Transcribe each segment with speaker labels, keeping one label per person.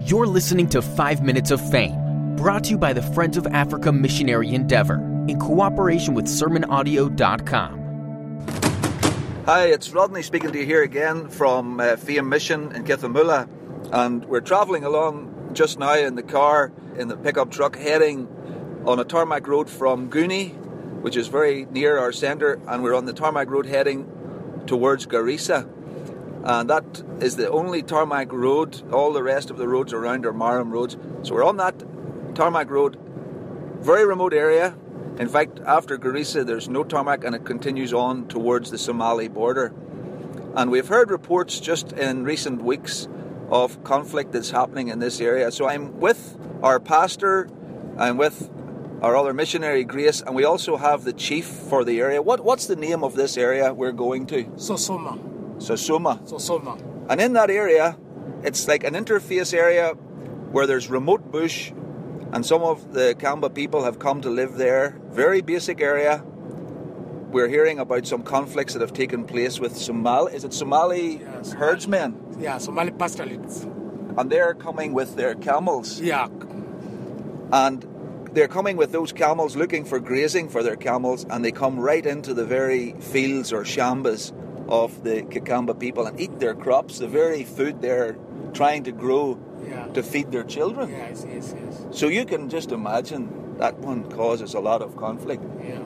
Speaker 1: You're listening to Five Minutes of Fame, brought to you by the Friends of Africa Missionary Endeavor in cooperation with SermonAudio.com.
Speaker 2: Hi, it's Rodney speaking to you here again from uh, Fiam Mission in Kithamula, and we're travelling along just now in the car in the pickup truck heading on a tarmac road from Goonie, which is very near our centre, and we're on the tarmac road heading towards Garissa. And that is the only tarmac road. All the rest of the roads around are Marham roads. So we're on that tarmac road very remote area. In fact, after Garissa, there's no tarmac and it continues on towards the Somali border. And we've heard reports just in recent weeks of conflict that's happening in this area. So I'm with our pastor, I'm with our other missionary, Grace, and we also have the chief for the area. What, what's the name of this area we're going to?
Speaker 3: Sosoma.
Speaker 2: Sosoma.
Speaker 3: Sosoma.
Speaker 2: And in that area, it's like an interface area where there's remote bush, and some of the Kamba people have come to live there. Very basic area. We're hearing about some conflicts that have taken place with Somali. Is it Somali
Speaker 3: Yeah, Somali.
Speaker 2: herdsmen?
Speaker 3: Yeah, Somali pastoralists.
Speaker 2: And they're coming with their camels,
Speaker 3: Yeah.
Speaker 2: and they're coming with those camels looking for grazing for their camels, and they come right into the very fields or shambas of the Kakamba people and eat their crops, the very food they're trying to grow
Speaker 3: Yeah.
Speaker 2: to feed their children.
Speaker 3: Yes, yes, yes.
Speaker 2: So you can just imagine that one causes a lot of conflict.
Speaker 3: Yeah.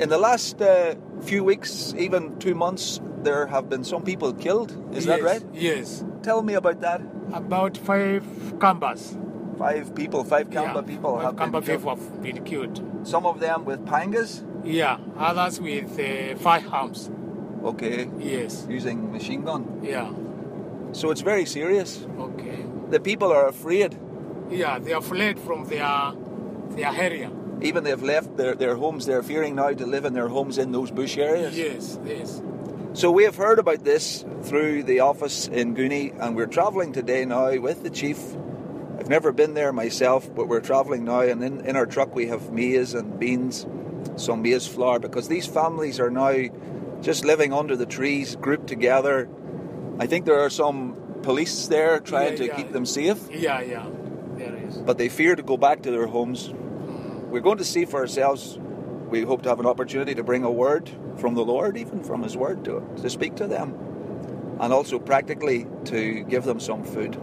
Speaker 2: In the last uh, few weeks, even two months, there have been some people killed. Is that
Speaker 3: Yes,
Speaker 2: right?
Speaker 3: Yes.
Speaker 2: Tell me about that.
Speaker 3: About five Kambas.
Speaker 2: Five people, five Kamba
Speaker 3: yeah.
Speaker 2: people
Speaker 3: five
Speaker 2: have
Speaker 3: Kamba
Speaker 2: been
Speaker 3: people have been killed.
Speaker 2: killed. Some of them with pangas.
Speaker 3: Yeah. Others with uh, firearms.
Speaker 2: Okay,
Speaker 3: Yes.
Speaker 2: using machine gun.
Speaker 3: Yeah.
Speaker 2: So it's very serious.
Speaker 3: Okay.
Speaker 2: The people are afraid.
Speaker 3: Yeah, they are fled from their their area.
Speaker 2: Even they've left their, their homes. They're fearing now to live in their homes in those bush areas.
Speaker 3: Yes, yes.
Speaker 2: So we have heard about this through the office in Goonie, and we're travelling today now with the chief. I've never been there myself, but we're travelling now, and in, in our truck we have maize and beans, some maize flour, because these families are now just living under the trees, grouped together. I think there are some police there trying
Speaker 3: Yeah,
Speaker 2: to
Speaker 3: yeah.
Speaker 2: keep them safe,
Speaker 3: Yeah, yeah. There is.
Speaker 2: but they fear to go back to their homes. We're going to see for ourselves. We hope to have an opportunity to bring a word from the Lord, even from His Word, to, to speak to them and also practically to give them some food.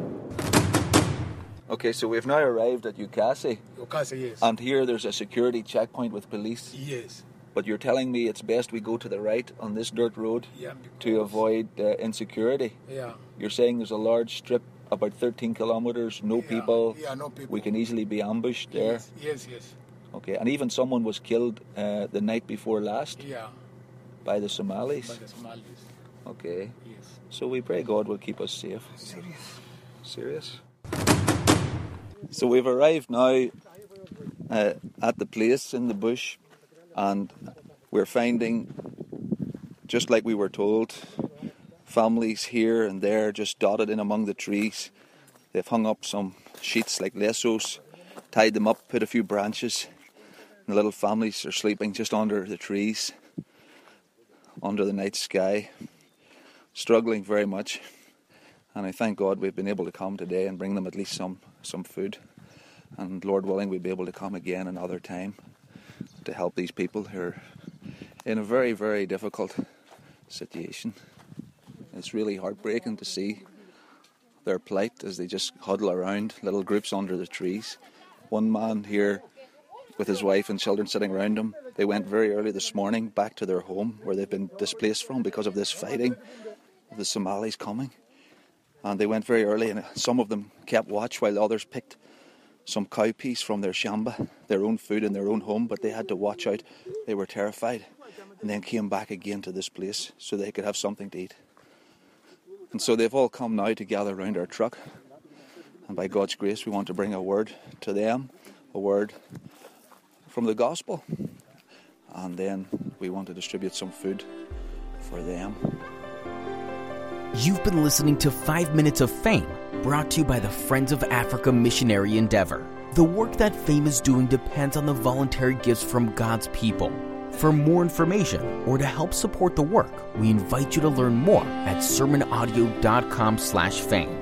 Speaker 2: Okay, so we've now arrived at Ukasi,
Speaker 3: Okay, so yes.
Speaker 2: and here there's a security checkpoint with police.
Speaker 3: yes.
Speaker 2: But you're telling me it's best we go to the right on this dirt road
Speaker 3: Yeah.
Speaker 2: to avoid uh, insecurity.
Speaker 3: Yeah.
Speaker 2: You're saying there's a large strip, about 13 kilometers, no
Speaker 3: Yeah,
Speaker 2: people.
Speaker 3: yeah, no people.
Speaker 2: We can easily be ambushed there.
Speaker 3: Yes, yes, yes.
Speaker 2: Okay, and even someone was killed uh, the night before last
Speaker 3: Yeah.
Speaker 2: by the Somalis.
Speaker 3: By the Somalis.
Speaker 2: Okay,
Speaker 3: Yes.
Speaker 2: so we pray God will keep us safe.
Speaker 3: Serious.
Speaker 2: Serious. So we've arrived now uh, at the place in the bush, and we're finding, just like we were told, families here and there just dotted in among the trees. They've hung up some sheets like lesos, tied them up, put a few branches, and the little families are sleeping just under the trees, under the night sky, struggling very much. And I thank God we've been able to come today and bring them at least some, some food. And Lord willing, we'll be able to come again another time to help these people who are in a very, very difficult situation. It's really heartbreaking to see their plight as they just huddle around, little groups under the trees. One man here with his wife and children sitting around him. They went very early this morning back to their home where they've been displaced from because of this fighting, of the Somalis coming and they went very early and some of them kept watch while others picked some cowpeas from their shamba, their own food in their own home, but they had to watch out. They were terrified and then came back again to this place so they could have something to eat. And so they've all come now to gather round our truck. And by God's grace, we want to bring a word to them, a word from the gospel. And then we want to distribute some food for them.
Speaker 1: You've been listening to Five Minutes of Fame, brought to you by the Friends of Africa Missionary Endeavor. The work that fame is doing depends on the voluntary gifts from God's people. For more information or to help support the work, we invite you to learn more at sermonaudio.com slash fame.